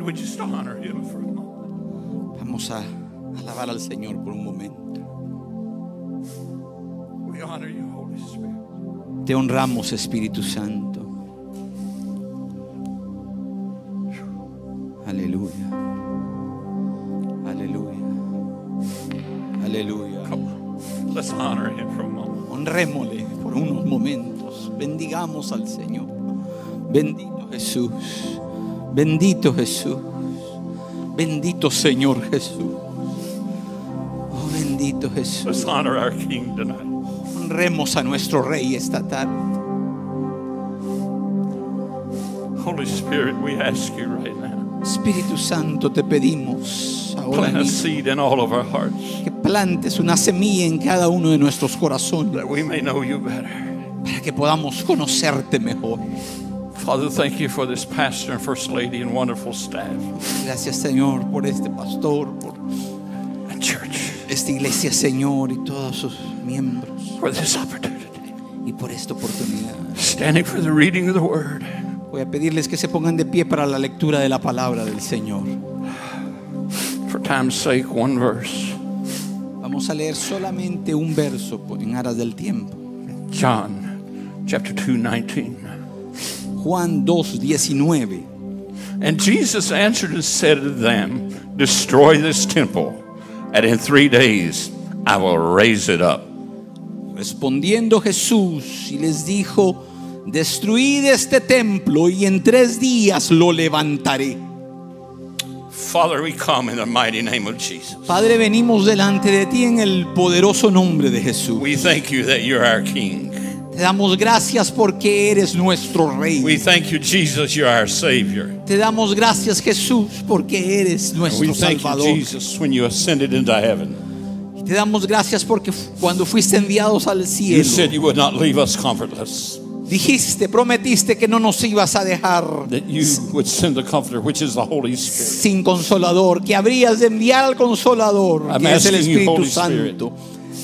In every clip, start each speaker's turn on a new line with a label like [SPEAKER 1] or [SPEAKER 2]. [SPEAKER 1] would just honor him for a moment?
[SPEAKER 2] Vamos a alabar al Señor por un momento.
[SPEAKER 1] We honor you, Holy Spirit.
[SPEAKER 2] Te honramos, Espíritu Santo. Aleluya. Aleluya. Aleluya.
[SPEAKER 1] Come on. Let's honor him for a moment.
[SPEAKER 2] Honrémosle por unos momentos. Bendigamos al Señor. Bendito Jesús. Bendito Jesús. Bendito Señor Jesús. Oh, bendito
[SPEAKER 1] Let's
[SPEAKER 2] Jesús.
[SPEAKER 1] honor our King tonight.
[SPEAKER 2] Honremos a nuestro Rey esta tarde.
[SPEAKER 1] Holy Spirit, we ask you right now.
[SPEAKER 2] Espíritu Santo, te pedimos ahora
[SPEAKER 1] Plant a
[SPEAKER 2] mismo
[SPEAKER 1] seed in all of our hearts
[SPEAKER 2] que plantes una semilla en cada uno de nuestros corazones
[SPEAKER 1] that we may know you better.
[SPEAKER 2] para que podamos conocerte mejor.
[SPEAKER 1] Father, thank you for this pastor and first lady and wonderful staff
[SPEAKER 2] Gracias, Señor, por este pastor, por
[SPEAKER 1] and church
[SPEAKER 2] esta iglesia, Señor, y todos sus miembros.
[SPEAKER 1] for this opportunity.
[SPEAKER 2] y por esta oportunidad.
[SPEAKER 1] Standing for the reading of the word.
[SPEAKER 2] Voy a pedirles que se pongan de pie para la lectura de la palabra del Señor.
[SPEAKER 1] For time's sake, one verse.
[SPEAKER 2] Vamos a leer solamente un verso por- en aras del tiempo.
[SPEAKER 1] John chapter 2, 19.
[SPEAKER 2] Juan 2:19.
[SPEAKER 1] And Jesus answered and said to them, Destroy this temple, and in three days I will raise it up.
[SPEAKER 2] Respondiendo Jesús y les dijo, destruid este templo y en tres días lo levantaré.
[SPEAKER 1] Father, we come in the mighty name of Jesus.
[SPEAKER 2] Padre, venimos delante de ti en el poderoso nombre de Jesús.
[SPEAKER 1] We thank you that you're our King.
[SPEAKER 2] Te damos gracias porque eres nuestro
[SPEAKER 1] We
[SPEAKER 2] Rey.
[SPEAKER 1] thank you, Jesus, you're our Savior.
[SPEAKER 2] Te damos gracias Jesús porque eres
[SPEAKER 1] We
[SPEAKER 2] nuestro
[SPEAKER 1] thank you,
[SPEAKER 2] Salvador.
[SPEAKER 1] Jesus, when you ascended into heaven.
[SPEAKER 2] Y Te damos gracias porque fu- cuando fuiste enviados al
[SPEAKER 1] You
[SPEAKER 2] cielo,
[SPEAKER 1] said you would not leave us comfortless,
[SPEAKER 2] dijiste, prometiste que no nos ibas a dejar
[SPEAKER 1] that you would send the Comforter, which is the Holy Spirit.
[SPEAKER 2] sin consolador, que habrías de enviar al consolador,
[SPEAKER 1] I'm
[SPEAKER 2] que es el
[SPEAKER 1] asking you,
[SPEAKER 2] Espíritu
[SPEAKER 1] Holy
[SPEAKER 2] Santo.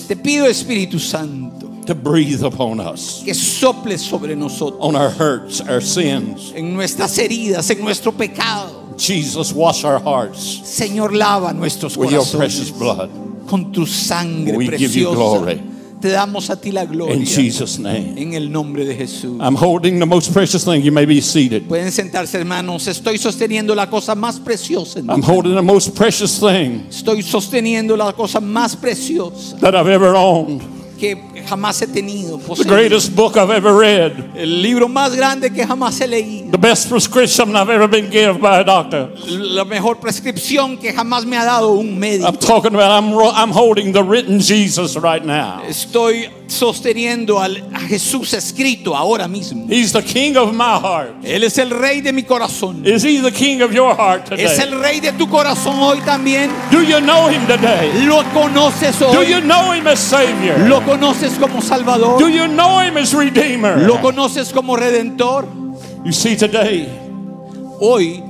[SPEAKER 2] Te pido, Espíritu Santo,
[SPEAKER 1] to breathe upon us,
[SPEAKER 2] que soples sobre nosotros,
[SPEAKER 1] on our hurts, our sins.
[SPEAKER 2] en nuestras heridas, en nuestro pecado.
[SPEAKER 1] Jesus, wash our hearts
[SPEAKER 2] Señor, lava nuestros
[SPEAKER 1] with your
[SPEAKER 2] corazones
[SPEAKER 1] precious blood.
[SPEAKER 2] con tu sangre
[SPEAKER 1] We give you
[SPEAKER 2] preciosa.
[SPEAKER 1] glory.
[SPEAKER 2] Te damos a ti la
[SPEAKER 1] In
[SPEAKER 2] gloria
[SPEAKER 1] Jesus' name.
[SPEAKER 2] en el nombre de Jesús.
[SPEAKER 1] I'm holding the most precious thing. You may be seated.
[SPEAKER 2] Pueden sentarse, hermanos. Estoy sosteniendo la cosa más preciosa. en mi
[SPEAKER 1] I'm holding the most precious thing
[SPEAKER 2] Estoy sosteniendo la cosa más preciosa
[SPEAKER 1] that I've ever owned,
[SPEAKER 2] que jamás he tenido.
[SPEAKER 1] the
[SPEAKER 2] poseído.
[SPEAKER 1] greatest book I've ever read,
[SPEAKER 2] El libro más grande que jamás he leído.
[SPEAKER 1] the best prescription I've ever been given by a doctor.
[SPEAKER 2] La mejor prescripción que jamás me ha dado un
[SPEAKER 1] I'm
[SPEAKER 2] médico.
[SPEAKER 1] talking about, I'm, ro- I'm holding the written Jesus right now.
[SPEAKER 2] Estoy sosteniendo al, a Jesús escrito ahora mismo.
[SPEAKER 1] He's the king of my heart.
[SPEAKER 2] Él es el rey de mi corazón.
[SPEAKER 1] Is he the king of your heart
[SPEAKER 2] Es
[SPEAKER 1] today?
[SPEAKER 2] el rey de tu corazón hoy también.
[SPEAKER 1] Do you know him today?
[SPEAKER 2] Lo conoces
[SPEAKER 1] Do you
[SPEAKER 2] hoy.
[SPEAKER 1] know him as Savior?
[SPEAKER 2] Lo conoces como
[SPEAKER 1] Do
[SPEAKER 2] Salvador.
[SPEAKER 1] you know him as Redeemer?
[SPEAKER 2] Lo conoces como Redentor.
[SPEAKER 1] You see, today,
[SPEAKER 2] Hoy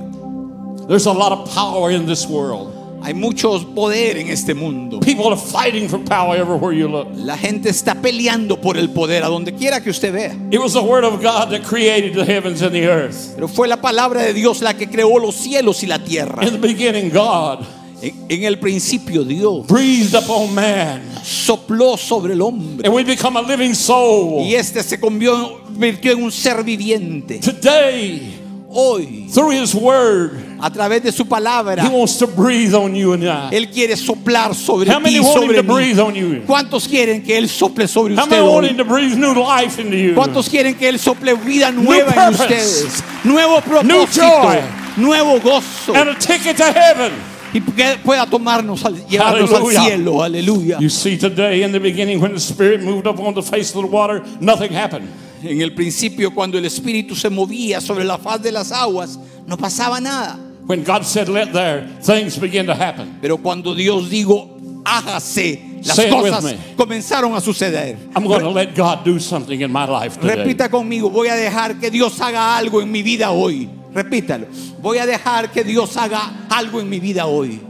[SPEAKER 1] there's a lot of power in this world.
[SPEAKER 2] hay mucho poder en este mundo.
[SPEAKER 1] People are fighting for power everywhere you look.
[SPEAKER 2] La gente está peleando por el poder a donde quiera que usted vea.
[SPEAKER 1] It was the Word of God that created the heavens and the earth.
[SPEAKER 2] Pero fue la palabra de Dios la que creó los cielos y la tierra.
[SPEAKER 1] In the beginning, God
[SPEAKER 2] En, en el principio Dios
[SPEAKER 1] breathed upon man,
[SPEAKER 2] sopló sobre el hombre
[SPEAKER 1] and we become a living soul.
[SPEAKER 2] y este se convió- convirtió en un ser viviente.
[SPEAKER 1] Today,
[SPEAKER 2] Hoy,
[SPEAKER 1] through His Word,
[SPEAKER 2] a través de su
[SPEAKER 1] He
[SPEAKER 2] palabra,
[SPEAKER 1] wants to breathe on you and I.
[SPEAKER 2] él quiere soplar sobre
[SPEAKER 1] How
[SPEAKER 2] ti
[SPEAKER 1] many
[SPEAKER 2] y
[SPEAKER 1] want Him
[SPEAKER 2] sobre
[SPEAKER 1] to
[SPEAKER 2] mí.
[SPEAKER 1] breathe on you?
[SPEAKER 2] ¿Cuántos quieren que él sople sobre
[SPEAKER 1] How many
[SPEAKER 2] usted
[SPEAKER 1] want
[SPEAKER 2] hoy?
[SPEAKER 1] Him to breathe new life into you?
[SPEAKER 2] ¿Cuántos quieren que Él sople vida nueva en
[SPEAKER 1] purpose.
[SPEAKER 2] ustedes? Nuevo propósito,
[SPEAKER 1] joy.
[SPEAKER 2] nuevo gozo
[SPEAKER 1] And a ticket to heaven.
[SPEAKER 2] y que pueda tomarnos al, llevarnos
[SPEAKER 1] Aleluya.
[SPEAKER 2] al cielo. Aleluya.
[SPEAKER 1] You see, today, in the beginning, when the Spirit moved up on the face of the water, nothing happened.
[SPEAKER 2] En el principio, cuando el Espíritu se movía sobre la faz de las aguas, no pasaba nada.
[SPEAKER 1] When God said, Let there, things began to happen.
[SPEAKER 2] Pero cuando Dios dijo, hágase, las
[SPEAKER 1] Say it with
[SPEAKER 2] cosas
[SPEAKER 1] me.
[SPEAKER 2] comenzaron a suceder.
[SPEAKER 1] I'm going to let God do something in my life today.
[SPEAKER 2] Repita conmigo, voy a dejar que Dios haga algo en mi vida hoy. Repítalo. Voy a dejar que Dios haga algo en mi vida hoy.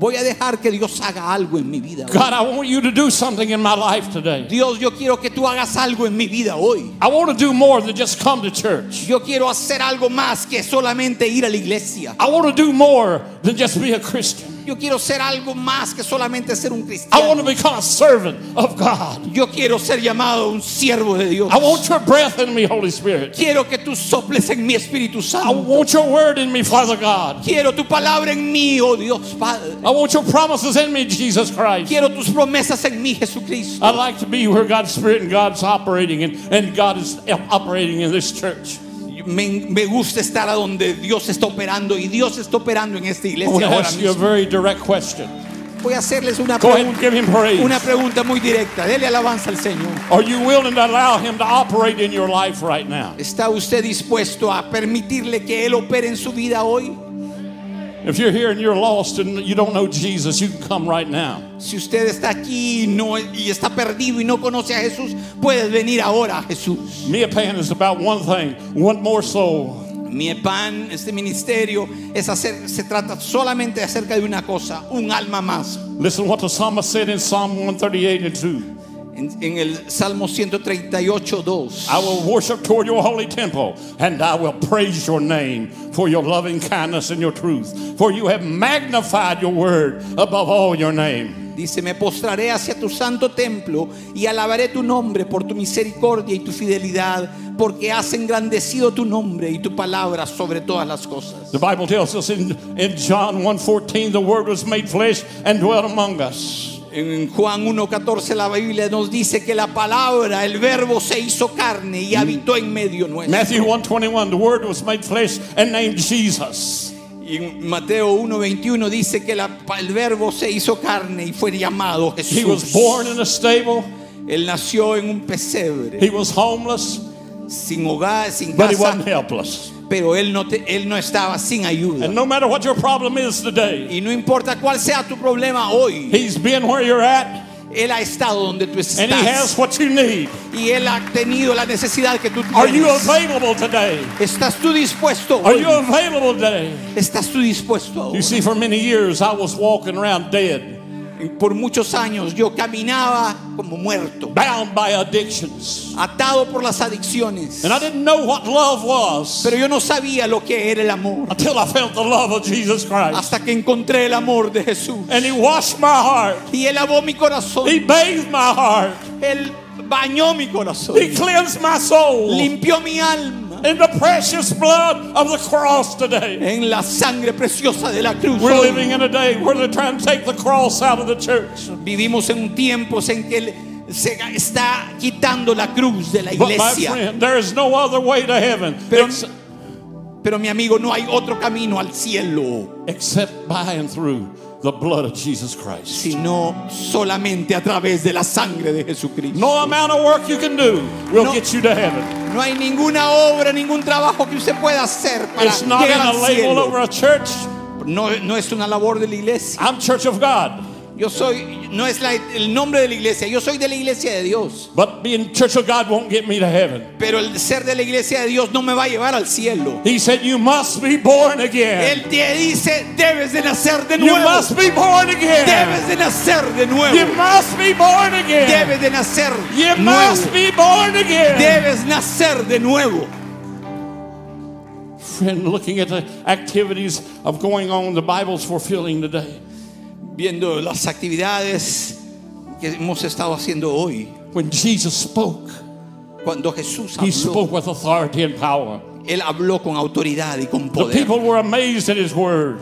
[SPEAKER 2] Voy a dejar que Dios haga algo en mi vida. hoy.
[SPEAKER 1] God, I want you to do something in my life today.
[SPEAKER 2] Dios, yo quiero que tú hagas algo en mi vida hoy.
[SPEAKER 1] I want to do more than just come to church.
[SPEAKER 2] Yo quiero hacer algo más que solamente ir a la iglesia.
[SPEAKER 1] I want to do more than just be a Christian.
[SPEAKER 2] Yo quiero ser algo más que solamente ser un
[SPEAKER 1] I want to
[SPEAKER 2] cristiano.
[SPEAKER 1] become a servant of God.
[SPEAKER 2] Yo quiero ser llamado un siervo de Dios.
[SPEAKER 1] I want your breath in me, Holy Spirit.
[SPEAKER 2] Quiero que tú soples en mi Espíritu
[SPEAKER 1] I
[SPEAKER 2] Santo.
[SPEAKER 1] want your word in me, Father God.
[SPEAKER 2] Quiero tu palabra en mí, oh Dios Padre.
[SPEAKER 1] I want your promises in me, Jesus Christ.
[SPEAKER 2] Quiero tus promesas en mí, Jesucristo.
[SPEAKER 1] I like to be where God's Spirit and God's operating and, and God is operating in this church.
[SPEAKER 2] Me, me gusta estar a donde Dios está operando y Dios está operando en esta
[SPEAKER 1] I want
[SPEAKER 2] iglesia
[SPEAKER 1] to
[SPEAKER 2] ahora
[SPEAKER 1] ask you a
[SPEAKER 2] mismo.
[SPEAKER 1] very direct question.
[SPEAKER 2] Voy a hacerles una
[SPEAKER 1] Go ahead and
[SPEAKER 2] pregunta,
[SPEAKER 1] give him praise.
[SPEAKER 2] una pregunta muy directa. Dele alabanza al Señor.
[SPEAKER 1] Are you willing to allow him to operate in your life right now?
[SPEAKER 2] ¿Está usted dispuesto a permitirle que Él opere en su vida hoy?
[SPEAKER 1] If you're here and you're lost and you don't know Jesus, you can come right now.
[SPEAKER 2] Si usted está aquí y, no, y está perdido y no conoce a Jesús, puedes venir ahora a Jesús.
[SPEAKER 1] Mia Pan is about one thing, one more soul.
[SPEAKER 2] Mi pan, este ministerio, es hacer, se trata solamente acerca de una cosa, un alma más.
[SPEAKER 1] Listen to what the psalmist said in Psalm 138 and 2.
[SPEAKER 2] En, en el Salmo 138, 2.
[SPEAKER 1] I will worship toward your holy temple, and I will praise your name for your loving kindness and your truth. For you have magnified your word above all your name.
[SPEAKER 2] Dice, me postraré hacia tu santo templo y alabaré tu nombre por tu misericordia y tu fidelidad, porque has engrandecido tu nombre y tu palabra sobre todas las cosas.
[SPEAKER 1] The Bible tells us in, in John 1:14, the word was made flesh and dwelt among us.
[SPEAKER 2] En Juan 1.14 la Biblia nos dice que la palabra, el verbo se hizo carne y habitó en medio nuestro.
[SPEAKER 1] Matthew 1:21, the word was made flesh and named Jesus.
[SPEAKER 2] Y en Mateo 1.21 dice que la- el verbo se hizo carne y fue llamado
[SPEAKER 1] He was
[SPEAKER 2] Jesús.
[SPEAKER 1] born in a stable.
[SPEAKER 2] Él nació en un pesebre,
[SPEAKER 1] He was homeless,
[SPEAKER 2] sin hogar, sin
[SPEAKER 1] but he wasn't
[SPEAKER 2] casa,
[SPEAKER 1] helpless.
[SPEAKER 2] pero él no, te- él no estaba sin ayuda.
[SPEAKER 1] And no matter what your problem is today,
[SPEAKER 2] Y no importa cuál sea tu problema hoy,
[SPEAKER 1] he's been where you're at,
[SPEAKER 2] Él ha estado donde tú
[SPEAKER 1] and he has
[SPEAKER 2] estás.
[SPEAKER 1] what you need.
[SPEAKER 2] Y Él ha tenido la necesidad que tú
[SPEAKER 1] Are you
[SPEAKER 2] tienes.
[SPEAKER 1] available today?
[SPEAKER 2] ¿Estás tú dispuesto?
[SPEAKER 1] Are
[SPEAKER 2] hoy?
[SPEAKER 1] you available today?
[SPEAKER 2] ¿Estás tú dispuesto? ahora?
[SPEAKER 1] You see, for many years I was walking around dead,
[SPEAKER 2] Por muchos años yo caminaba como muerto,
[SPEAKER 1] bound by addictions.
[SPEAKER 2] atado por las adicciones.
[SPEAKER 1] And I didn't know what love was
[SPEAKER 2] Pero yo no sabía lo que era el amor
[SPEAKER 1] until I felt the love of Jesus Christ.
[SPEAKER 2] hasta que encontré el amor de Jesús.
[SPEAKER 1] And he washed my heart,
[SPEAKER 2] Y Él lavó mi corazón.
[SPEAKER 1] he bathed my heart,
[SPEAKER 2] Él bañó mi corazón.
[SPEAKER 1] he cleansed my soul
[SPEAKER 2] Limpió mi alma
[SPEAKER 1] in the precious blood of the cross today.
[SPEAKER 2] en la sangre preciosa de la cruz.
[SPEAKER 1] We're living in a day where they're trying to take the cross out of the church.
[SPEAKER 2] Vivimos en tiempos en que el- se está quitando la cruz de la
[SPEAKER 1] But my
[SPEAKER 2] iglesia.
[SPEAKER 1] friend, there is no other way to heaven
[SPEAKER 2] Pero-
[SPEAKER 1] ex-
[SPEAKER 2] Pero mi amigo, no hay otro camino al cielo,
[SPEAKER 1] except by and through the blood of Jesus Christ.
[SPEAKER 2] sino solamente a través de la sangre de Jesucristo.
[SPEAKER 1] No amount of work you can do will
[SPEAKER 2] No.
[SPEAKER 1] get you to heaven.
[SPEAKER 2] No hay ninguna obra, ningún trabajo que usted pueda hacer para
[SPEAKER 1] It's not in
[SPEAKER 2] llegar
[SPEAKER 1] a
[SPEAKER 2] al
[SPEAKER 1] label
[SPEAKER 2] cielo.
[SPEAKER 1] over a church.
[SPEAKER 2] No, no es una labor de la iglesia.
[SPEAKER 1] I'm Church of God.
[SPEAKER 2] Yo soy, no es la- el nombre de la iglesia. Yo soy de la iglesia de Dios.
[SPEAKER 1] But being Church of God won't get me to heaven.
[SPEAKER 2] Pero el ser de la iglesia de Dios no me va a llevar al cielo.
[SPEAKER 1] He said, You must be born again.
[SPEAKER 2] Él te dice, debes de nacer de
[SPEAKER 1] You
[SPEAKER 2] nuevo.
[SPEAKER 1] must be born
[SPEAKER 2] Debes
[SPEAKER 1] again.
[SPEAKER 2] de nacer de
[SPEAKER 1] You
[SPEAKER 2] nuevo.
[SPEAKER 1] must be born again.
[SPEAKER 2] Debes de nacer
[SPEAKER 1] You must
[SPEAKER 2] nuevo.
[SPEAKER 1] be born again.
[SPEAKER 2] Debes nacer de nuevo.
[SPEAKER 1] Friend, looking at the activities of going on, the Bible's fulfilling today.
[SPEAKER 2] Viendo las actividades que hemos estado haciendo hoy,
[SPEAKER 1] When Jesus spoke,
[SPEAKER 2] cuando Jesús
[SPEAKER 1] he
[SPEAKER 2] habló,
[SPEAKER 1] spoke with authority and power.
[SPEAKER 2] él habló con autoridad y con
[SPEAKER 1] The
[SPEAKER 2] poder.
[SPEAKER 1] people were amazed at his word.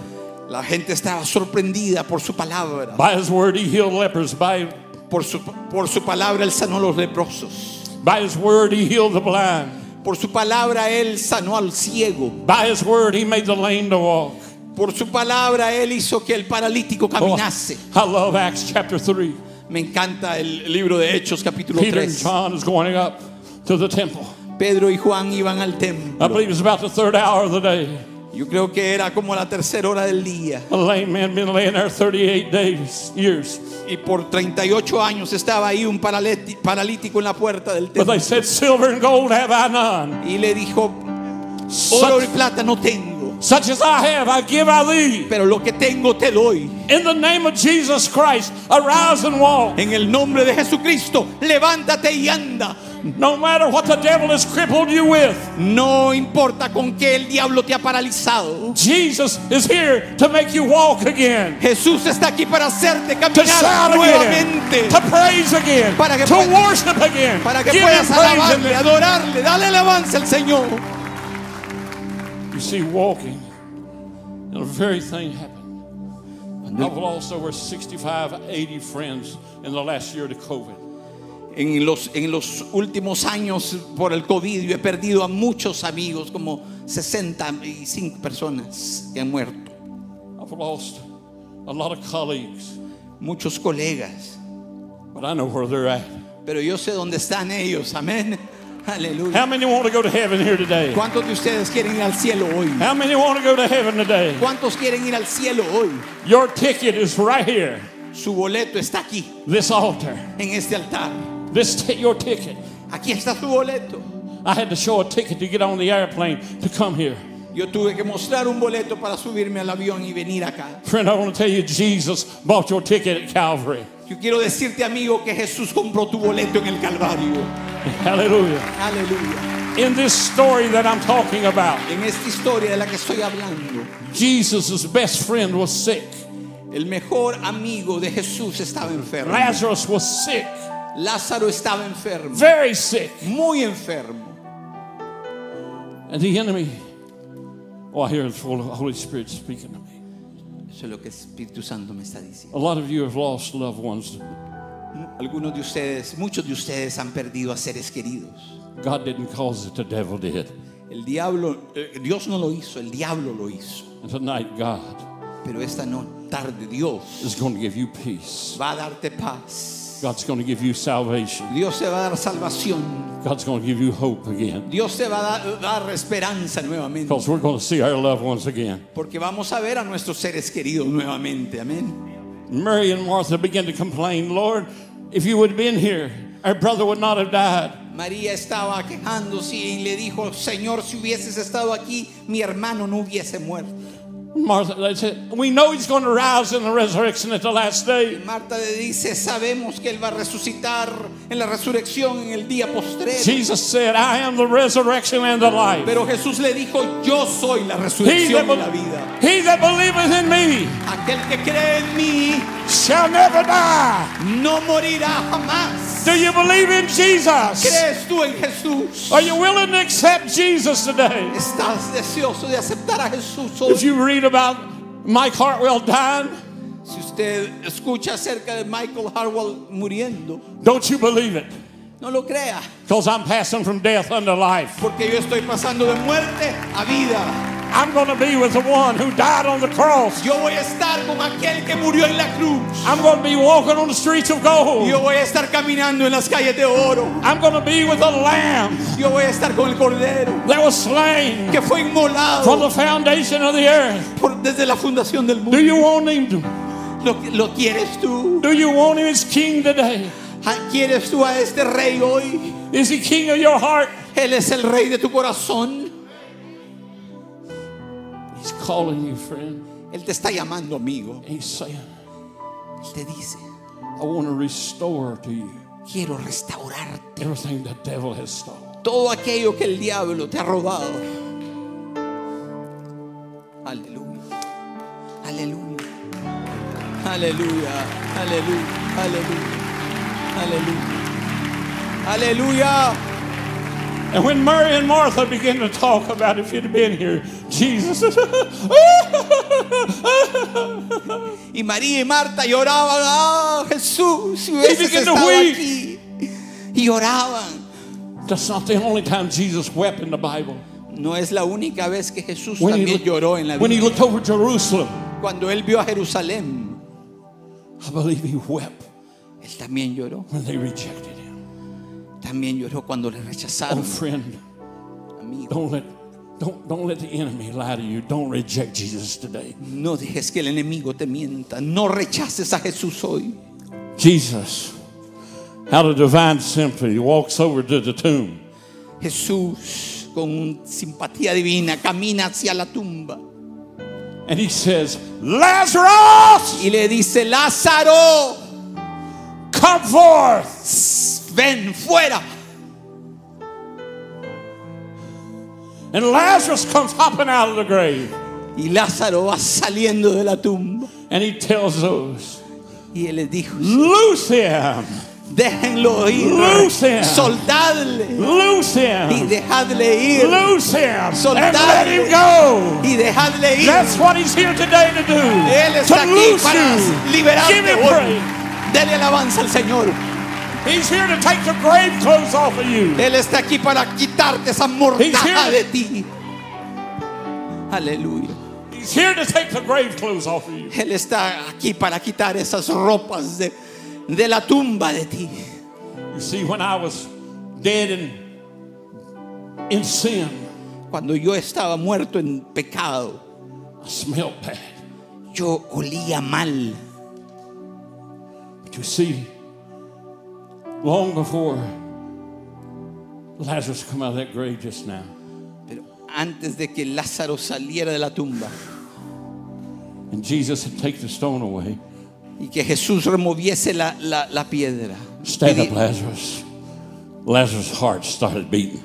[SPEAKER 2] La gente estaba sorprendida por su palabra.
[SPEAKER 1] By his word, he healed lepers. By,
[SPEAKER 2] Por su, por su palabra él sanó a los leprosos.
[SPEAKER 1] by his word, he healed the blind.
[SPEAKER 2] Por su palabra él sanó al ciego.
[SPEAKER 1] By his word, he made the lame to walk.
[SPEAKER 2] Por su palabra él hizo que el paralítico
[SPEAKER 1] Oh,
[SPEAKER 2] caminase.
[SPEAKER 1] I love Acts chapter 3.
[SPEAKER 2] Me encanta el libro de Hechos capítulo
[SPEAKER 1] Peter and
[SPEAKER 2] 3.
[SPEAKER 1] John is going up to the temple.
[SPEAKER 2] Pedro y Juan iban al
[SPEAKER 1] I
[SPEAKER 2] templo.
[SPEAKER 1] believe it's about the third hour of the day.
[SPEAKER 2] Yo creo que era como la tercera hora del día.
[SPEAKER 1] A lame man been laying there 38 days, years.
[SPEAKER 2] Y por 38 años estaba ahí un paraleti- paralítico en la puerta del
[SPEAKER 1] But
[SPEAKER 2] templo.
[SPEAKER 1] they said, Silver and gold have I none.
[SPEAKER 2] Y le dijo, oro
[SPEAKER 1] Such,
[SPEAKER 2] y plata no tengo,
[SPEAKER 1] Such as I have, I give I thee.
[SPEAKER 2] pero lo que tengo te doy.
[SPEAKER 1] In the name of Jesus Christ, arise and walk.
[SPEAKER 2] En el nombre de Jesucristo, levántate y anda.
[SPEAKER 1] No matter what the devil has crippled you with,
[SPEAKER 2] No importa con qué el diablo te ha paralizado.
[SPEAKER 1] Jesus is here to make you walk again,
[SPEAKER 2] Jesús está aquí para hacerte
[SPEAKER 1] to
[SPEAKER 2] caminar
[SPEAKER 1] shout again,
[SPEAKER 2] nuevamente.
[SPEAKER 1] to praise again,
[SPEAKER 2] Para que
[SPEAKER 1] to
[SPEAKER 2] pueda-
[SPEAKER 1] worship again.
[SPEAKER 2] Para que
[SPEAKER 1] Give
[SPEAKER 2] puedas
[SPEAKER 1] him praise
[SPEAKER 2] alabarle,
[SPEAKER 1] and-
[SPEAKER 2] adorarle, dale alabanza al Señor.
[SPEAKER 1] You see, walking, and the very thing happened. I've lost over 65, 80 friends in the last year to COVID.
[SPEAKER 2] En los, en los últimos años por el COVID yo he perdido a muchos amigos, como 65 personas que han muerto.
[SPEAKER 1] I've lost a lot of colleagues,
[SPEAKER 2] Muchos colegas.
[SPEAKER 1] but I know where they're at.
[SPEAKER 2] Pero yo sé dónde están ellos. Amén. Aleluya.
[SPEAKER 1] How many want to go to heaven here today?
[SPEAKER 2] ¿Cuántos de ustedes quieren ir al cielo hoy?
[SPEAKER 1] How many want to go to heaven today?
[SPEAKER 2] ¿Cuántos quieren ir al cielo hoy?
[SPEAKER 1] Your ticket is right here,
[SPEAKER 2] Su boleto está aquí,
[SPEAKER 1] this altar.
[SPEAKER 2] en este altar.
[SPEAKER 1] This ti- your ticket.
[SPEAKER 2] Aquí está su boleto.
[SPEAKER 1] I had to show a ticket to get on the airplane to come here.
[SPEAKER 2] Yo tuve que mostrar un boleto para subirme al avión y venir acá.
[SPEAKER 1] Friend, I want to tell you, Jesus bought your ticket at Calvary.
[SPEAKER 2] Yo quiero decirte, amigo, que Jesús compró tu boleto en el Calvario.
[SPEAKER 1] Hallelujah.
[SPEAKER 2] Aleluya.
[SPEAKER 1] In this story that I'm talking about,
[SPEAKER 2] En esta historia de la que estoy hablando,
[SPEAKER 1] Jesus' best friend was sick.
[SPEAKER 2] el mejor amigo de Jesús estaba enfermo.
[SPEAKER 1] Lazarus was sick,
[SPEAKER 2] Lázaro estaba enfermo,
[SPEAKER 1] very sick.
[SPEAKER 2] muy enfermo.
[SPEAKER 1] And the enemy, oh, I hear the full Holy Spirit speaking to me.
[SPEAKER 2] Eso es lo que el Espíritu Santo me está diciendo.
[SPEAKER 1] A lot of you have lost loved ones.
[SPEAKER 2] Algunos de ustedes, muchos de ustedes han perdido a seres queridos.
[SPEAKER 1] God didn't cause it, the devil did.
[SPEAKER 2] El diablo, eh, Dios no lo hizo, el diablo lo hizo.
[SPEAKER 1] And tonight, God
[SPEAKER 2] Pero esta no tarde Dios
[SPEAKER 1] is going to give you peace.
[SPEAKER 2] va a darte paz.
[SPEAKER 1] God's going to give you salvation.
[SPEAKER 2] Dios te va a dar salvación.
[SPEAKER 1] God's going to give you hope again.
[SPEAKER 2] Dios te va a dar, dar esperanza nuevamente.
[SPEAKER 1] Because we're going to see our loved ones again.
[SPEAKER 2] Porque vamos a ver a nuestros seres queridos nuevamente. Amén.
[SPEAKER 1] Mary and Martha began to complain, Lord, if you would have been here, our brother would not have died.
[SPEAKER 2] María estaba quejándose y le dijo, Señor, si hubieses estado aquí, mi hermano no hubiese muerto.
[SPEAKER 1] Martha, they said, we know he's going to rise in the resurrection at the last day.
[SPEAKER 2] Marta le dice, sabemos que Él va a resucitar en la resurrección en el día postrero.
[SPEAKER 1] Jesus said, I am the resurrection and the life.
[SPEAKER 2] Pero Jesús le dijo, yo soy la
[SPEAKER 1] He that,
[SPEAKER 2] resurrección y
[SPEAKER 1] be-
[SPEAKER 2] la vida.
[SPEAKER 1] he that believeth in me
[SPEAKER 2] Aquel que cree en mí
[SPEAKER 1] shall never die.
[SPEAKER 2] no morirá jamás.
[SPEAKER 1] Do you believe in Jesus?
[SPEAKER 2] ¿Crees tú en Jesús?
[SPEAKER 1] Are you willing to accept Jesus today?
[SPEAKER 2] ¿Estás deseoso de aceptar a Jesús
[SPEAKER 1] If
[SPEAKER 2] hoy?
[SPEAKER 1] you read about Mike Hartwell dying,
[SPEAKER 2] Si usted escucha acerca de Michael Harwell muriendo,
[SPEAKER 1] don't you believe it?
[SPEAKER 2] no lo crea,
[SPEAKER 1] Because I'm passing from death unto life.
[SPEAKER 2] porque yo estoy pasando de muerte a vida.
[SPEAKER 1] I'm going to be with the one who died on the cross.
[SPEAKER 2] Yo voy a estar con aquel que murió en la cruz.
[SPEAKER 1] I'm going to be walking on the streets of
[SPEAKER 2] Yo
[SPEAKER 1] gold.
[SPEAKER 2] voy a estar caminando en las calles de oro.
[SPEAKER 1] I'm going to be with the Lamb
[SPEAKER 2] Yo voy a estar con el Cordero
[SPEAKER 1] that was slain
[SPEAKER 2] que fue
[SPEAKER 1] from the
[SPEAKER 2] inmolado
[SPEAKER 1] foundation of the earth.
[SPEAKER 2] por- desde la fundación del
[SPEAKER 1] Do
[SPEAKER 2] mundo.
[SPEAKER 1] you want him? To,
[SPEAKER 2] ¿Lo, lo quieres tú?
[SPEAKER 1] do you want him as king today?
[SPEAKER 2] ¿A- ¿Quieres tú a este rey hoy?
[SPEAKER 1] Is he king of your heart?
[SPEAKER 2] Él es el rey de tu corazón.
[SPEAKER 1] He's calling you, friend.
[SPEAKER 2] Él te está llamando, amigo.
[SPEAKER 1] He's saying,
[SPEAKER 2] Él te dice,
[SPEAKER 1] I want to restore to you
[SPEAKER 2] quiero restaurarte
[SPEAKER 1] everything the devil has stolen.
[SPEAKER 2] todo aquello que el diablo te ha robado. Aleluya. Aleluya. Aleluya. Aleluya. Aleluya. Aleluya. Aleluya.
[SPEAKER 1] And when Mary and Martha began to talk about if you'd been here, Jesus.
[SPEAKER 2] Y María y Marta lloraban, ah, Jesús, si hubieses
[SPEAKER 1] began to
[SPEAKER 2] estado
[SPEAKER 1] weep.
[SPEAKER 2] aquí. Y lloraban.
[SPEAKER 1] That's not the only time Jesus wept in the Bible.
[SPEAKER 2] No es la única vez que Jesús
[SPEAKER 1] When he,
[SPEAKER 2] también lloró en la
[SPEAKER 1] looked, when he
[SPEAKER 2] Biblia.
[SPEAKER 1] looked over Jerusalem,
[SPEAKER 2] Cuando él vio a Jerusalén,
[SPEAKER 1] I believe he wept
[SPEAKER 2] él también lloró.
[SPEAKER 1] when they rejected him.
[SPEAKER 2] También lloró cuando le
[SPEAKER 1] Oh,
[SPEAKER 2] rechazaron,
[SPEAKER 1] friend,
[SPEAKER 2] amigo.
[SPEAKER 1] don't let, don't, don't let the enemy lie to you. Don't reject Jesus today.
[SPEAKER 2] No dejes que el enemigo te mienta. No rechaces a Jesús hoy.
[SPEAKER 1] Jesus, out of divine sympathy, walks over to the tomb.
[SPEAKER 2] Jesús, con simpatía divina, camina hacia la tumba
[SPEAKER 1] And he says, Lazarus,
[SPEAKER 2] y le dice, Lázaro,
[SPEAKER 1] come forth.
[SPEAKER 2] ven fuera.
[SPEAKER 1] And Lazarus comes hopping out of the grave.
[SPEAKER 2] Y Lázaro va saliendo de la tumba.
[SPEAKER 1] And he tells those,
[SPEAKER 2] Y él les dijo,
[SPEAKER 1] Loose him,
[SPEAKER 2] déjenlo ir,
[SPEAKER 1] Luce.
[SPEAKER 2] soltadle
[SPEAKER 1] loose
[SPEAKER 2] y
[SPEAKER 1] him,
[SPEAKER 2] dejadle ir
[SPEAKER 1] loose him, and
[SPEAKER 2] Soltadle.
[SPEAKER 1] let him go.
[SPEAKER 2] y dejadle ir.
[SPEAKER 1] That's what he's here today to do.
[SPEAKER 2] Él está
[SPEAKER 1] To
[SPEAKER 2] aquí
[SPEAKER 1] loose
[SPEAKER 2] para
[SPEAKER 1] you. Give
[SPEAKER 2] liberarte
[SPEAKER 1] him
[SPEAKER 2] hoy.
[SPEAKER 1] praise.
[SPEAKER 2] Dele alabanza al Señor.
[SPEAKER 1] He's here to take the grave clothes off of you.
[SPEAKER 2] Él está aquí para quitarte esa mortaja de ti. Aleluya.
[SPEAKER 1] He's here to take the grave clothes off of you.
[SPEAKER 2] Él está aquí para quitar esas ropas de, de la tumba de ti.
[SPEAKER 1] You see, when I was dead and in sin,
[SPEAKER 2] Cuando yo estaba muerto en pecado,
[SPEAKER 1] I smelled bad.
[SPEAKER 2] yo olía mal.
[SPEAKER 1] But you see, long before Lazarus come out of that grave just now,
[SPEAKER 2] Pero antes de que Lázaro saliera de la tumba
[SPEAKER 1] and Jesus had taken the stone away,
[SPEAKER 2] y que Jesús removiese la, la- la piedra,
[SPEAKER 1] stand
[SPEAKER 2] y
[SPEAKER 1] up,
[SPEAKER 2] di-
[SPEAKER 1] Lazarus. Lazarus' heart started beating.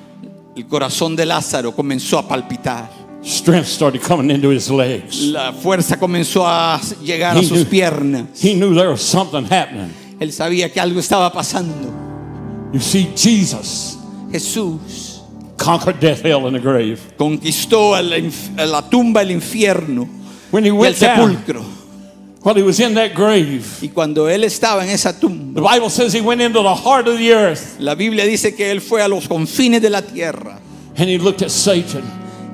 [SPEAKER 2] el corazón de Lázaro comenzó a palpitar.
[SPEAKER 1] Strength started coming into his legs.
[SPEAKER 2] La fuerza comenzó a llegar a
[SPEAKER 1] He
[SPEAKER 2] sus
[SPEAKER 1] knew-
[SPEAKER 2] piernas.
[SPEAKER 1] He knew there was something happening.
[SPEAKER 2] Él sabía que algo estaba pasando.
[SPEAKER 1] You see, Jesus
[SPEAKER 2] Jesús
[SPEAKER 1] conquered death, hell, and the grave.
[SPEAKER 2] conquistó a la, inf- a la tumba, el infierno
[SPEAKER 1] When he
[SPEAKER 2] y el
[SPEAKER 1] went down,
[SPEAKER 2] sepulcro.
[SPEAKER 1] while he was in that grave,
[SPEAKER 2] Y cuando él estaba en esa tumba,
[SPEAKER 1] the Bible says he went into the heart of the earth
[SPEAKER 2] la Biblia dice que él fue a los confines de la tierra
[SPEAKER 1] and he looked at Satan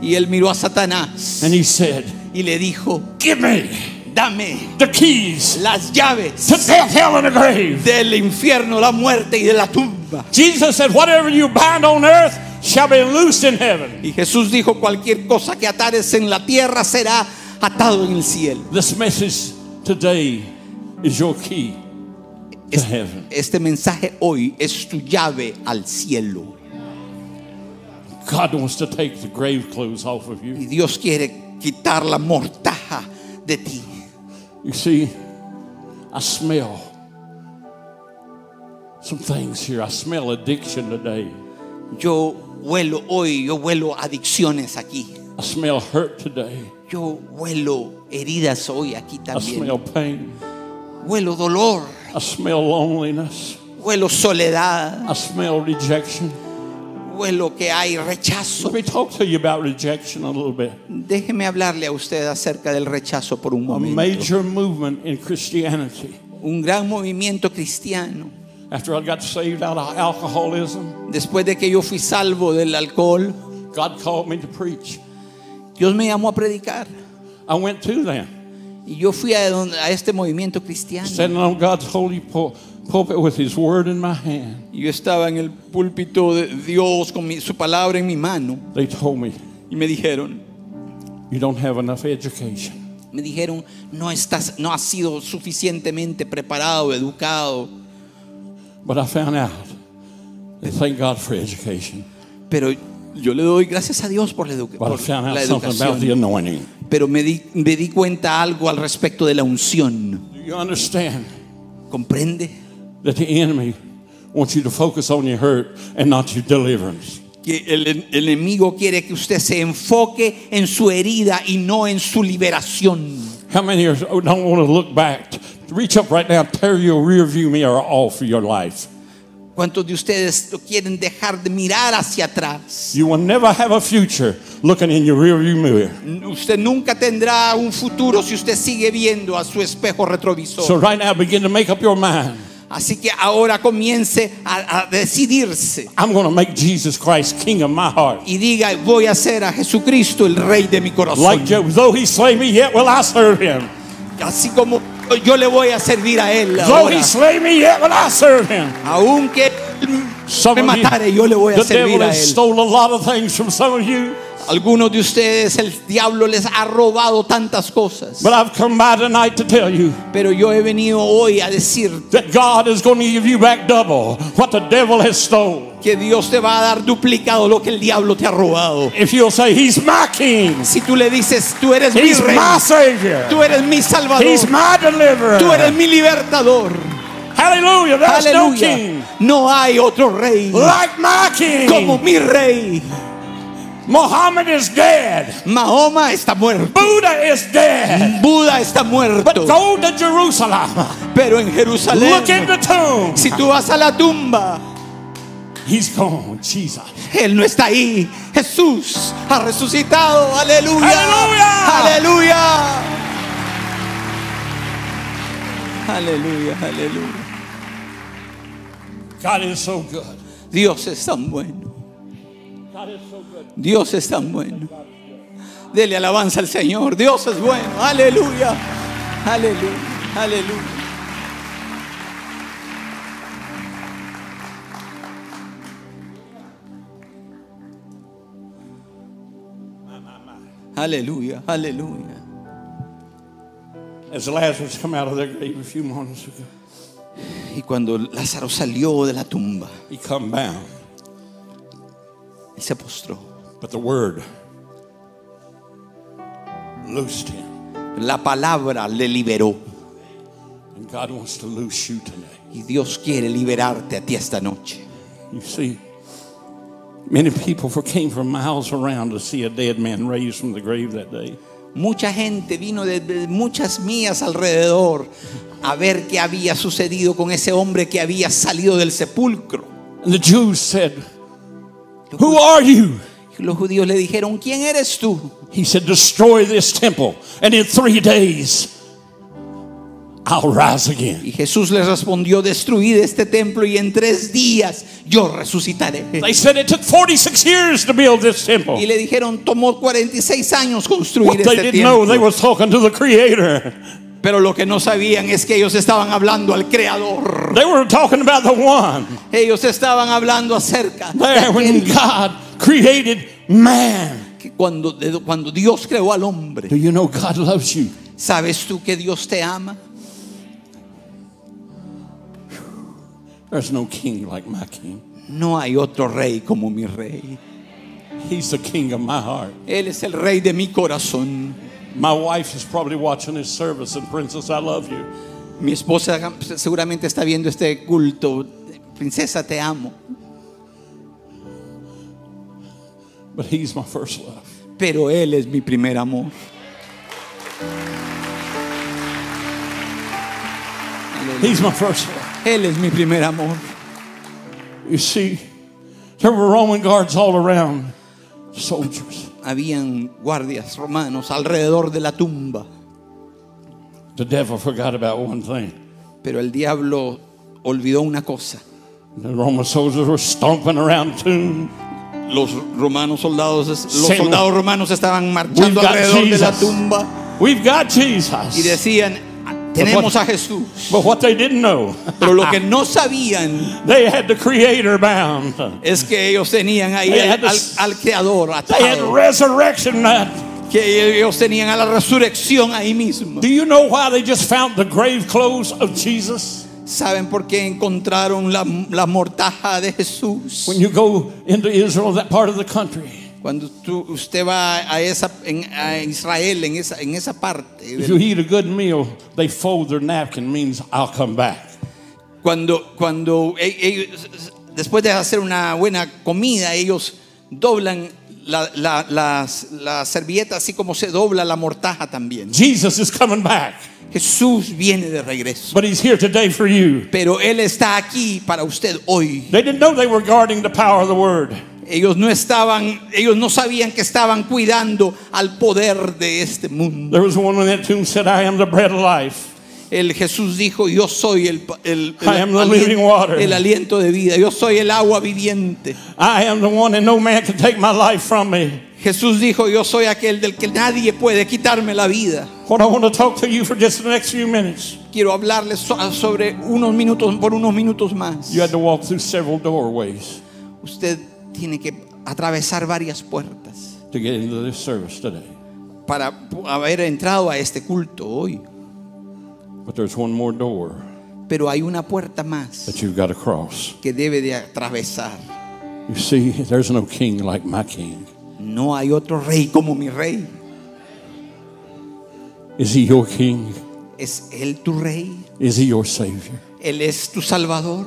[SPEAKER 2] y él miró a Satanás
[SPEAKER 1] and he said,
[SPEAKER 2] y le dijo,
[SPEAKER 1] Give me
[SPEAKER 2] dame
[SPEAKER 1] the keys
[SPEAKER 2] las llaves
[SPEAKER 1] to death, hell, and the grave.
[SPEAKER 2] del infierno, la muerte y de la tumba.
[SPEAKER 1] Jesus said, Whatever you bind on earth shall be loosed in heaven.
[SPEAKER 2] Y Jesús dijo, cualquier cosa que atares en la tierra será atado en el cielo.
[SPEAKER 1] This message today is your key to heaven.
[SPEAKER 2] Este mensaje hoy es tu llave al cielo.
[SPEAKER 1] God wants to take the grave clothes off of you.
[SPEAKER 2] Y Dios quiere quitar la mortaja de ti.
[SPEAKER 1] You see, I smell some things here. I smell addiction today.
[SPEAKER 2] Yo huelo hoy, yo huelo adicciones aquí.
[SPEAKER 1] I smell hurt today.
[SPEAKER 2] Yo huelo heridas hoy aquí
[SPEAKER 1] I
[SPEAKER 2] también.
[SPEAKER 1] smell pain.
[SPEAKER 2] Huelo dolor,
[SPEAKER 1] I smell loneliness.
[SPEAKER 2] huelo soledad,
[SPEAKER 1] I smell rejection.
[SPEAKER 2] huelo que hay
[SPEAKER 1] Let
[SPEAKER 2] rechazo.
[SPEAKER 1] me talk to you about rejection a little bit.
[SPEAKER 2] Déjeme hablarle a usted acerca del rechazo por un
[SPEAKER 1] A
[SPEAKER 2] momento.
[SPEAKER 1] major movement in Christianity.
[SPEAKER 2] Un gran movimiento cristiano.
[SPEAKER 1] After I got saved out of alcoholism,
[SPEAKER 2] Después de que yo fui salvo del alcohol,
[SPEAKER 1] God called me to preach.
[SPEAKER 2] Dios me llamó a predicar.
[SPEAKER 1] I went to them,
[SPEAKER 2] Y yo fui a, donde- a este movimiento cristiano.
[SPEAKER 1] standing on God's holy pul- pulpit with His word in my hand.
[SPEAKER 2] Y Yo estaba en el púlpito de Dios con mi- su palabra en mi mano
[SPEAKER 1] They told me,
[SPEAKER 2] y me dijeron,
[SPEAKER 1] You don't have enough education.
[SPEAKER 2] me dijeron, no estás, no has sido suficientemente preparado, educado.
[SPEAKER 1] But I found out, and thank God for education,
[SPEAKER 2] Pero yo le doy gracias a Dios por la, edu-
[SPEAKER 1] but I
[SPEAKER 2] por
[SPEAKER 1] found out
[SPEAKER 2] la
[SPEAKER 1] something about the
[SPEAKER 2] educación.
[SPEAKER 1] anointing.
[SPEAKER 2] Pero me di, me di cuenta algo al respecto de la unción.
[SPEAKER 1] Do you understand
[SPEAKER 2] ¿Comprende?
[SPEAKER 1] that the enemy wants you to focus on your hurt and not your deliverance?
[SPEAKER 2] Que el, en- el enemigo quiere que usted se enfoque en su herida y no en su liberación.
[SPEAKER 1] How many of you don't want to look back? Reach up right now, tear your rear view mirror off of your life.
[SPEAKER 2] ¿Cuántos de ustedes lo quieren dejar de mirar hacia atrás?
[SPEAKER 1] You will never have a future looking in your rear view mirror.
[SPEAKER 2] Usted nunca tendrá un futuro si usted sigue viendo a su espejo retrovisor.
[SPEAKER 1] So right now, begin to make up your mind.
[SPEAKER 2] Así que ahora comience a, a decidirse
[SPEAKER 1] I'm going to make Jesus Christ king of my heart.
[SPEAKER 2] y diga, voy a ser a Jesucristo el rey de mi corazón.
[SPEAKER 1] Like Job, though he slay me, yet will I serve him.
[SPEAKER 2] Así como yo le voy a servir a él.
[SPEAKER 1] Though
[SPEAKER 2] ahora.
[SPEAKER 1] he slay me, yet will I serve him.
[SPEAKER 2] Aunque
[SPEAKER 1] Some
[SPEAKER 2] me
[SPEAKER 1] of you,
[SPEAKER 2] matara y yo le voy a
[SPEAKER 1] the devil
[SPEAKER 2] servir a
[SPEAKER 1] has
[SPEAKER 2] él.
[SPEAKER 1] stole a lot of things from some of you,
[SPEAKER 2] Algunos de ustedes, el diablo les ha robado tantas cosas.
[SPEAKER 1] but I've come by tonight to tell you
[SPEAKER 2] Pero yo he venido hoy a decir
[SPEAKER 1] that God is going to give you back double what the devil has stole.
[SPEAKER 2] que Dios te va a dar duplicado lo que el diablo te ha robado.
[SPEAKER 1] If you'll say, He's my King,
[SPEAKER 2] Si tú le dices, tú eres mi
[SPEAKER 1] He's
[SPEAKER 2] rey,
[SPEAKER 1] my Savior,
[SPEAKER 2] tú eres mi salvador,
[SPEAKER 1] He's my Deliverer.
[SPEAKER 2] tú eres mi libertador.
[SPEAKER 1] Hallelujah, there's no King
[SPEAKER 2] Aleluya. No hay otro rey
[SPEAKER 1] like my King.
[SPEAKER 2] como mi rey.
[SPEAKER 1] Muhammad is dead,
[SPEAKER 2] Mahoma está muerto.
[SPEAKER 1] Buddha is dead,
[SPEAKER 2] Buda está
[SPEAKER 1] but
[SPEAKER 2] muerto.
[SPEAKER 1] go to Jerusalem,
[SPEAKER 2] Pero en
[SPEAKER 1] look in
[SPEAKER 2] Jerusalén,
[SPEAKER 1] the tomb.
[SPEAKER 2] si tú vas a la tumba,
[SPEAKER 1] He's gone, Jesus.
[SPEAKER 2] Él no está ahí. Jesús ha resucitado. Aleluya.
[SPEAKER 1] Aleluya.
[SPEAKER 2] Aleluya. Aleluya, aleluya.
[SPEAKER 1] God is so good.
[SPEAKER 2] Dios es tan bueno.
[SPEAKER 1] God is so good.
[SPEAKER 2] Dios es tan bueno. Dele alabanza al Señor. Dios es bueno. Aleluya. Aleluya. Aleluya. Aleluya. Aleluya.
[SPEAKER 1] As Lazarus come out of their grave a few moments ago,
[SPEAKER 2] Y cuando Lázaro salió de la tumba,
[SPEAKER 1] he come down.
[SPEAKER 2] él se postró.
[SPEAKER 1] But the word loosed him.
[SPEAKER 2] La palabra le liberó.
[SPEAKER 1] And God wants to loose you today.
[SPEAKER 2] Y Dios quiere liberarte a ti esta noche.
[SPEAKER 1] You see, many people for- came from miles around to see a dead man raised from the grave that day.
[SPEAKER 2] Mucha gente vino de, de muchas mías alrededor a ver qué había sucedido con ese hombre que había salido del sepulcro.
[SPEAKER 1] And the Jews said, Who are you?
[SPEAKER 2] Los judíos le dijeron, ¿quién eres tú?
[SPEAKER 1] He said, Destroy this temple, and in three days I'll rise again.
[SPEAKER 2] Y Jesús les respondió, destruid este templo y en tres días yo resucitaré.
[SPEAKER 1] They said it took 46 years to build this temple.
[SPEAKER 2] Y le dijeron, tomó 46 años construir
[SPEAKER 1] What they
[SPEAKER 2] este
[SPEAKER 1] didn't know, they
[SPEAKER 2] templo.
[SPEAKER 1] was talking to the Creator.
[SPEAKER 2] Pero lo que no sabían es que ellos estaban hablando al Creador.
[SPEAKER 1] They were talking about the one
[SPEAKER 2] Ellos estaban hablando acerca de
[SPEAKER 1] there when
[SPEAKER 2] aquel
[SPEAKER 1] God created man.
[SPEAKER 2] que cuando, de- cuando Dios creó al
[SPEAKER 1] Do
[SPEAKER 2] hombre.
[SPEAKER 1] you know God loves you?
[SPEAKER 2] ¿Sabes tú que Dios te ama?
[SPEAKER 1] There's no king like my king.
[SPEAKER 2] No hay otro rey como mi rey.
[SPEAKER 1] He's the king of my heart.
[SPEAKER 2] Él es el rey de mi corazón.
[SPEAKER 1] My wife is probably watching this service, and Princess, I love you.
[SPEAKER 2] Mi esposa pues, seguramente está viendo este culto. Princesa, te amo.
[SPEAKER 1] But he's my first love.
[SPEAKER 2] Pero Él es mi primer amor.
[SPEAKER 1] He's my first love.
[SPEAKER 2] Él es mi primer amor.
[SPEAKER 1] You see, there were Roman guards all around, soldiers.
[SPEAKER 2] Habían guardias romanos alrededor de la tumba.
[SPEAKER 1] The devil forgot about one thing.
[SPEAKER 2] Pero el diablo olvidó una cosa.
[SPEAKER 1] The Roman soldiers were stomping around the tomb.
[SPEAKER 2] Los romanos soldados, los
[SPEAKER 1] Sí.
[SPEAKER 2] soldados romanos estaban
[SPEAKER 1] We've
[SPEAKER 2] marchando
[SPEAKER 1] got
[SPEAKER 2] alrededor de la
[SPEAKER 1] Jesus.
[SPEAKER 2] tumba
[SPEAKER 1] We've got
[SPEAKER 2] y
[SPEAKER 1] Jesus.
[SPEAKER 2] decían, tenemos a Jesús.
[SPEAKER 1] But what they didn't know,
[SPEAKER 2] Pero lo que no sabían
[SPEAKER 1] they had the Creator bound.
[SPEAKER 2] es que ellos tenían ahí
[SPEAKER 1] They had
[SPEAKER 2] al,
[SPEAKER 1] the-
[SPEAKER 2] al- al Creador
[SPEAKER 1] They had
[SPEAKER 2] atado,
[SPEAKER 1] resurrection night.
[SPEAKER 2] que ellos tenían a la resurrección ahí mismo.
[SPEAKER 1] Do you know why they just found the grave clothes of Jesus?
[SPEAKER 2] ¿Saben por qué encontraron la, la mortaja de Jesús?
[SPEAKER 1] When you go into Israel, that part of the country,
[SPEAKER 2] Cuando tú- usted va a, esa, en- a Israel, en esa, en esa parte
[SPEAKER 1] if you
[SPEAKER 2] del
[SPEAKER 1] eat a good meal, they fold their napkin, means I'll come back.
[SPEAKER 2] Cuando, cuando e- ellos, después de hacer una buena comida, ellos doblan la, la- las- la servilleta, así como se dobla la mortaja también.
[SPEAKER 1] Jesus is coming back,
[SPEAKER 2] Jesús viene de regreso,
[SPEAKER 1] but he's here today for you.
[SPEAKER 2] pero Él está aquí para usted hoy.
[SPEAKER 1] They didn't know they were guarding the power of the word.
[SPEAKER 2] Ellos no estaban, ellos no sabían que estaban cuidando al poder de este mundo.
[SPEAKER 1] There was one in that tomb said, I am the bread of life.
[SPEAKER 2] El Jesús dijo, yo soy el, pa- el- el
[SPEAKER 1] I am the living water.
[SPEAKER 2] el aliento de vida, yo soy el agua viviente.
[SPEAKER 1] I am the one and no man can take my life from me.
[SPEAKER 2] Jesús dijo, yo soy aquel del que nadie puede quitarme la vida.
[SPEAKER 1] What I want to talk to you for just the next few minutes.
[SPEAKER 2] Quiero hablarles so- sobre unos minutos, por unos minutos más.
[SPEAKER 1] You had to walk through several doorways
[SPEAKER 2] Usted tiene que atravesar varias puertas
[SPEAKER 1] to get into this service today.
[SPEAKER 2] para pu- haber entrado a este culto hoy.
[SPEAKER 1] But there's one more door
[SPEAKER 2] Pero hay una puerta más
[SPEAKER 1] that you've got to cross.
[SPEAKER 2] que debe de atravesar.
[SPEAKER 1] You see, there's no king like my king.
[SPEAKER 2] No hay otro rey como mi rey.
[SPEAKER 1] Is he your king?
[SPEAKER 2] ¿Es Él tu rey?
[SPEAKER 1] Is he your savior?
[SPEAKER 2] ¿Él es tu salvador?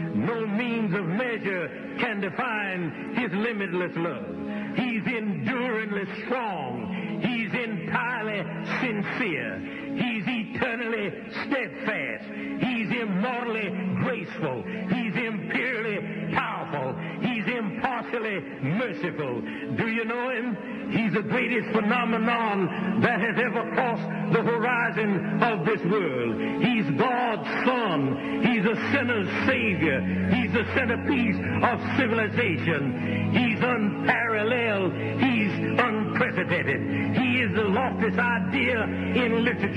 [SPEAKER 3] No means of measure can define his limitless love. He's enduringly strong. He's entirely sincere. He's eternally steadfast. He's immortally graceful. He's imperially powerful. He's impartially merciful. Do you know him? He's the greatest phenomenon that has ever crossed the horizon of this world. He's God's son. He's a sinner's savior. He's the centerpiece of civilization. He's unparalleled. He's unprecedented. He is the loftiest idea in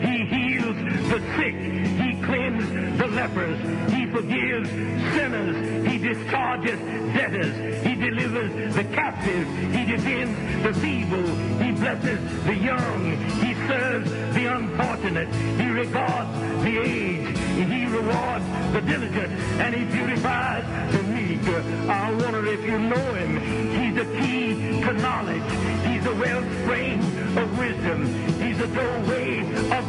[SPEAKER 3] He heals the sick. He cleanses the lepers. He forgives sinners. He discharges debtors. He delivers the captive. He defends the feeble. He blesses the young. He serves the unfortunate. He regards the aged. He rewards the diligent. And he beautifies the meek. I wonder if you know him. He's the key to knowledge. He's the wellspring of wisdom. He's the doorway of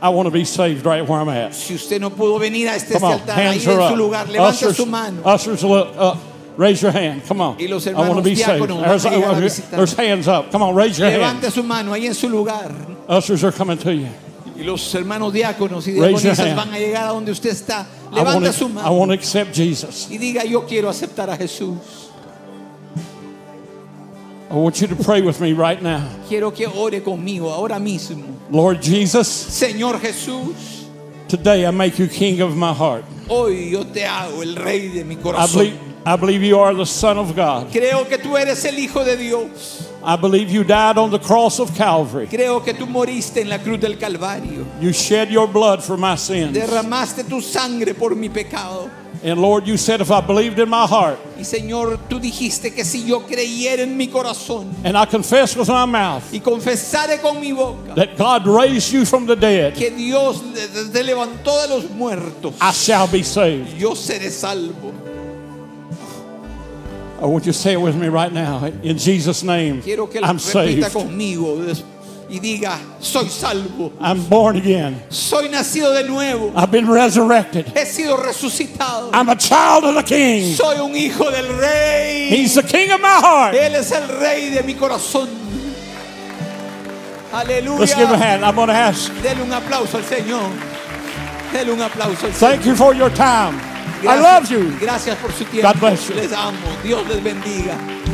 [SPEAKER 1] I want to be saved right where I'm at.
[SPEAKER 2] Si usted no pudo venir a este
[SPEAKER 1] Come on,
[SPEAKER 2] altar, ahí en
[SPEAKER 1] hands are
[SPEAKER 2] su lugar,
[SPEAKER 1] up.
[SPEAKER 2] levante
[SPEAKER 1] Ushers,
[SPEAKER 2] su mano.
[SPEAKER 1] ushers look up. Raise your hand. Come on.
[SPEAKER 2] Y los
[SPEAKER 1] I want to be saved.
[SPEAKER 2] hermanos diáconos van a
[SPEAKER 1] There's,
[SPEAKER 2] llegar a visitarnos.
[SPEAKER 1] there's hands up. Come on, raise your hand.
[SPEAKER 2] Levante su mano ahí en su lugar.
[SPEAKER 1] Ushers are coming to you.
[SPEAKER 2] Y los hermanos diáconos y
[SPEAKER 1] Raise your
[SPEAKER 2] diaconisas
[SPEAKER 1] hand.
[SPEAKER 2] van a llegar a donde usted está.
[SPEAKER 1] I want,
[SPEAKER 2] Levante su
[SPEAKER 1] to, I want
[SPEAKER 2] mano
[SPEAKER 1] to accept Jesus.
[SPEAKER 2] y diga, yo quiero aceptar a Jesús.
[SPEAKER 1] I want you to pray with me right now.
[SPEAKER 2] Quiero que ore conmigo ahora mismo.
[SPEAKER 1] Lord Jesus,
[SPEAKER 2] Señor Jesús,
[SPEAKER 1] today I make you king of my heart.
[SPEAKER 2] hoy yo te hago el rey de mi
[SPEAKER 1] I
[SPEAKER 2] corazón.
[SPEAKER 1] believe, I believe you are the Son of God.
[SPEAKER 2] Creo que tú eres el Hijo de Dios.
[SPEAKER 1] I believe you died on the cross of Calvary.
[SPEAKER 2] Creo que tú moriste en la cruz del Calvario.
[SPEAKER 1] You shed your blood for my sins.
[SPEAKER 2] Derramaste tu sangre por mi pecado.
[SPEAKER 1] And Lord, you said if I believed in my heart
[SPEAKER 2] Y Señor, tú dijiste que si yo creyera en mi corazón
[SPEAKER 1] and I confessed with my mouth
[SPEAKER 2] y confesare con mi boca
[SPEAKER 1] that God raised you from the dead,
[SPEAKER 2] que Dios le- te te levantó de los muertos,
[SPEAKER 1] I shall be saved.
[SPEAKER 2] yo seré salvo.
[SPEAKER 1] I want Oh, you to say it with me right now. In Jesus' name,
[SPEAKER 2] Quiero que lo
[SPEAKER 1] I'm
[SPEAKER 2] repita
[SPEAKER 1] saved.
[SPEAKER 2] conmigo des- y diga, soy salvo,
[SPEAKER 1] I'm born again.
[SPEAKER 2] soy nacido de nuevo,
[SPEAKER 1] I've been resurrected.
[SPEAKER 2] he sido resucitado,
[SPEAKER 1] I'm a child of the King.
[SPEAKER 2] soy un hijo del rey.
[SPEAKER 1] He's the King of my heart.
[SPEAKER 2] Él es el rey de mi corazón.
[SPEAKER 1] Let's give him a
[SPEAKER 2] Aleluya.
[SPEAKER 1] hand. I'm going to ask.
[SPEAKER 2] Dele un aplauso al Señor. Dele un aplauso al Señor.
[SPEAKER 1] Thank you for your time. I love
[SPEAKER 2] Gracias.
[SPEAKER 1] you.
[SPEAKER 2] Gracias por su tiempo.
[SPEAKER 1] God bless you.
[SPEAKER 2] Les amo. Dios les bendiga.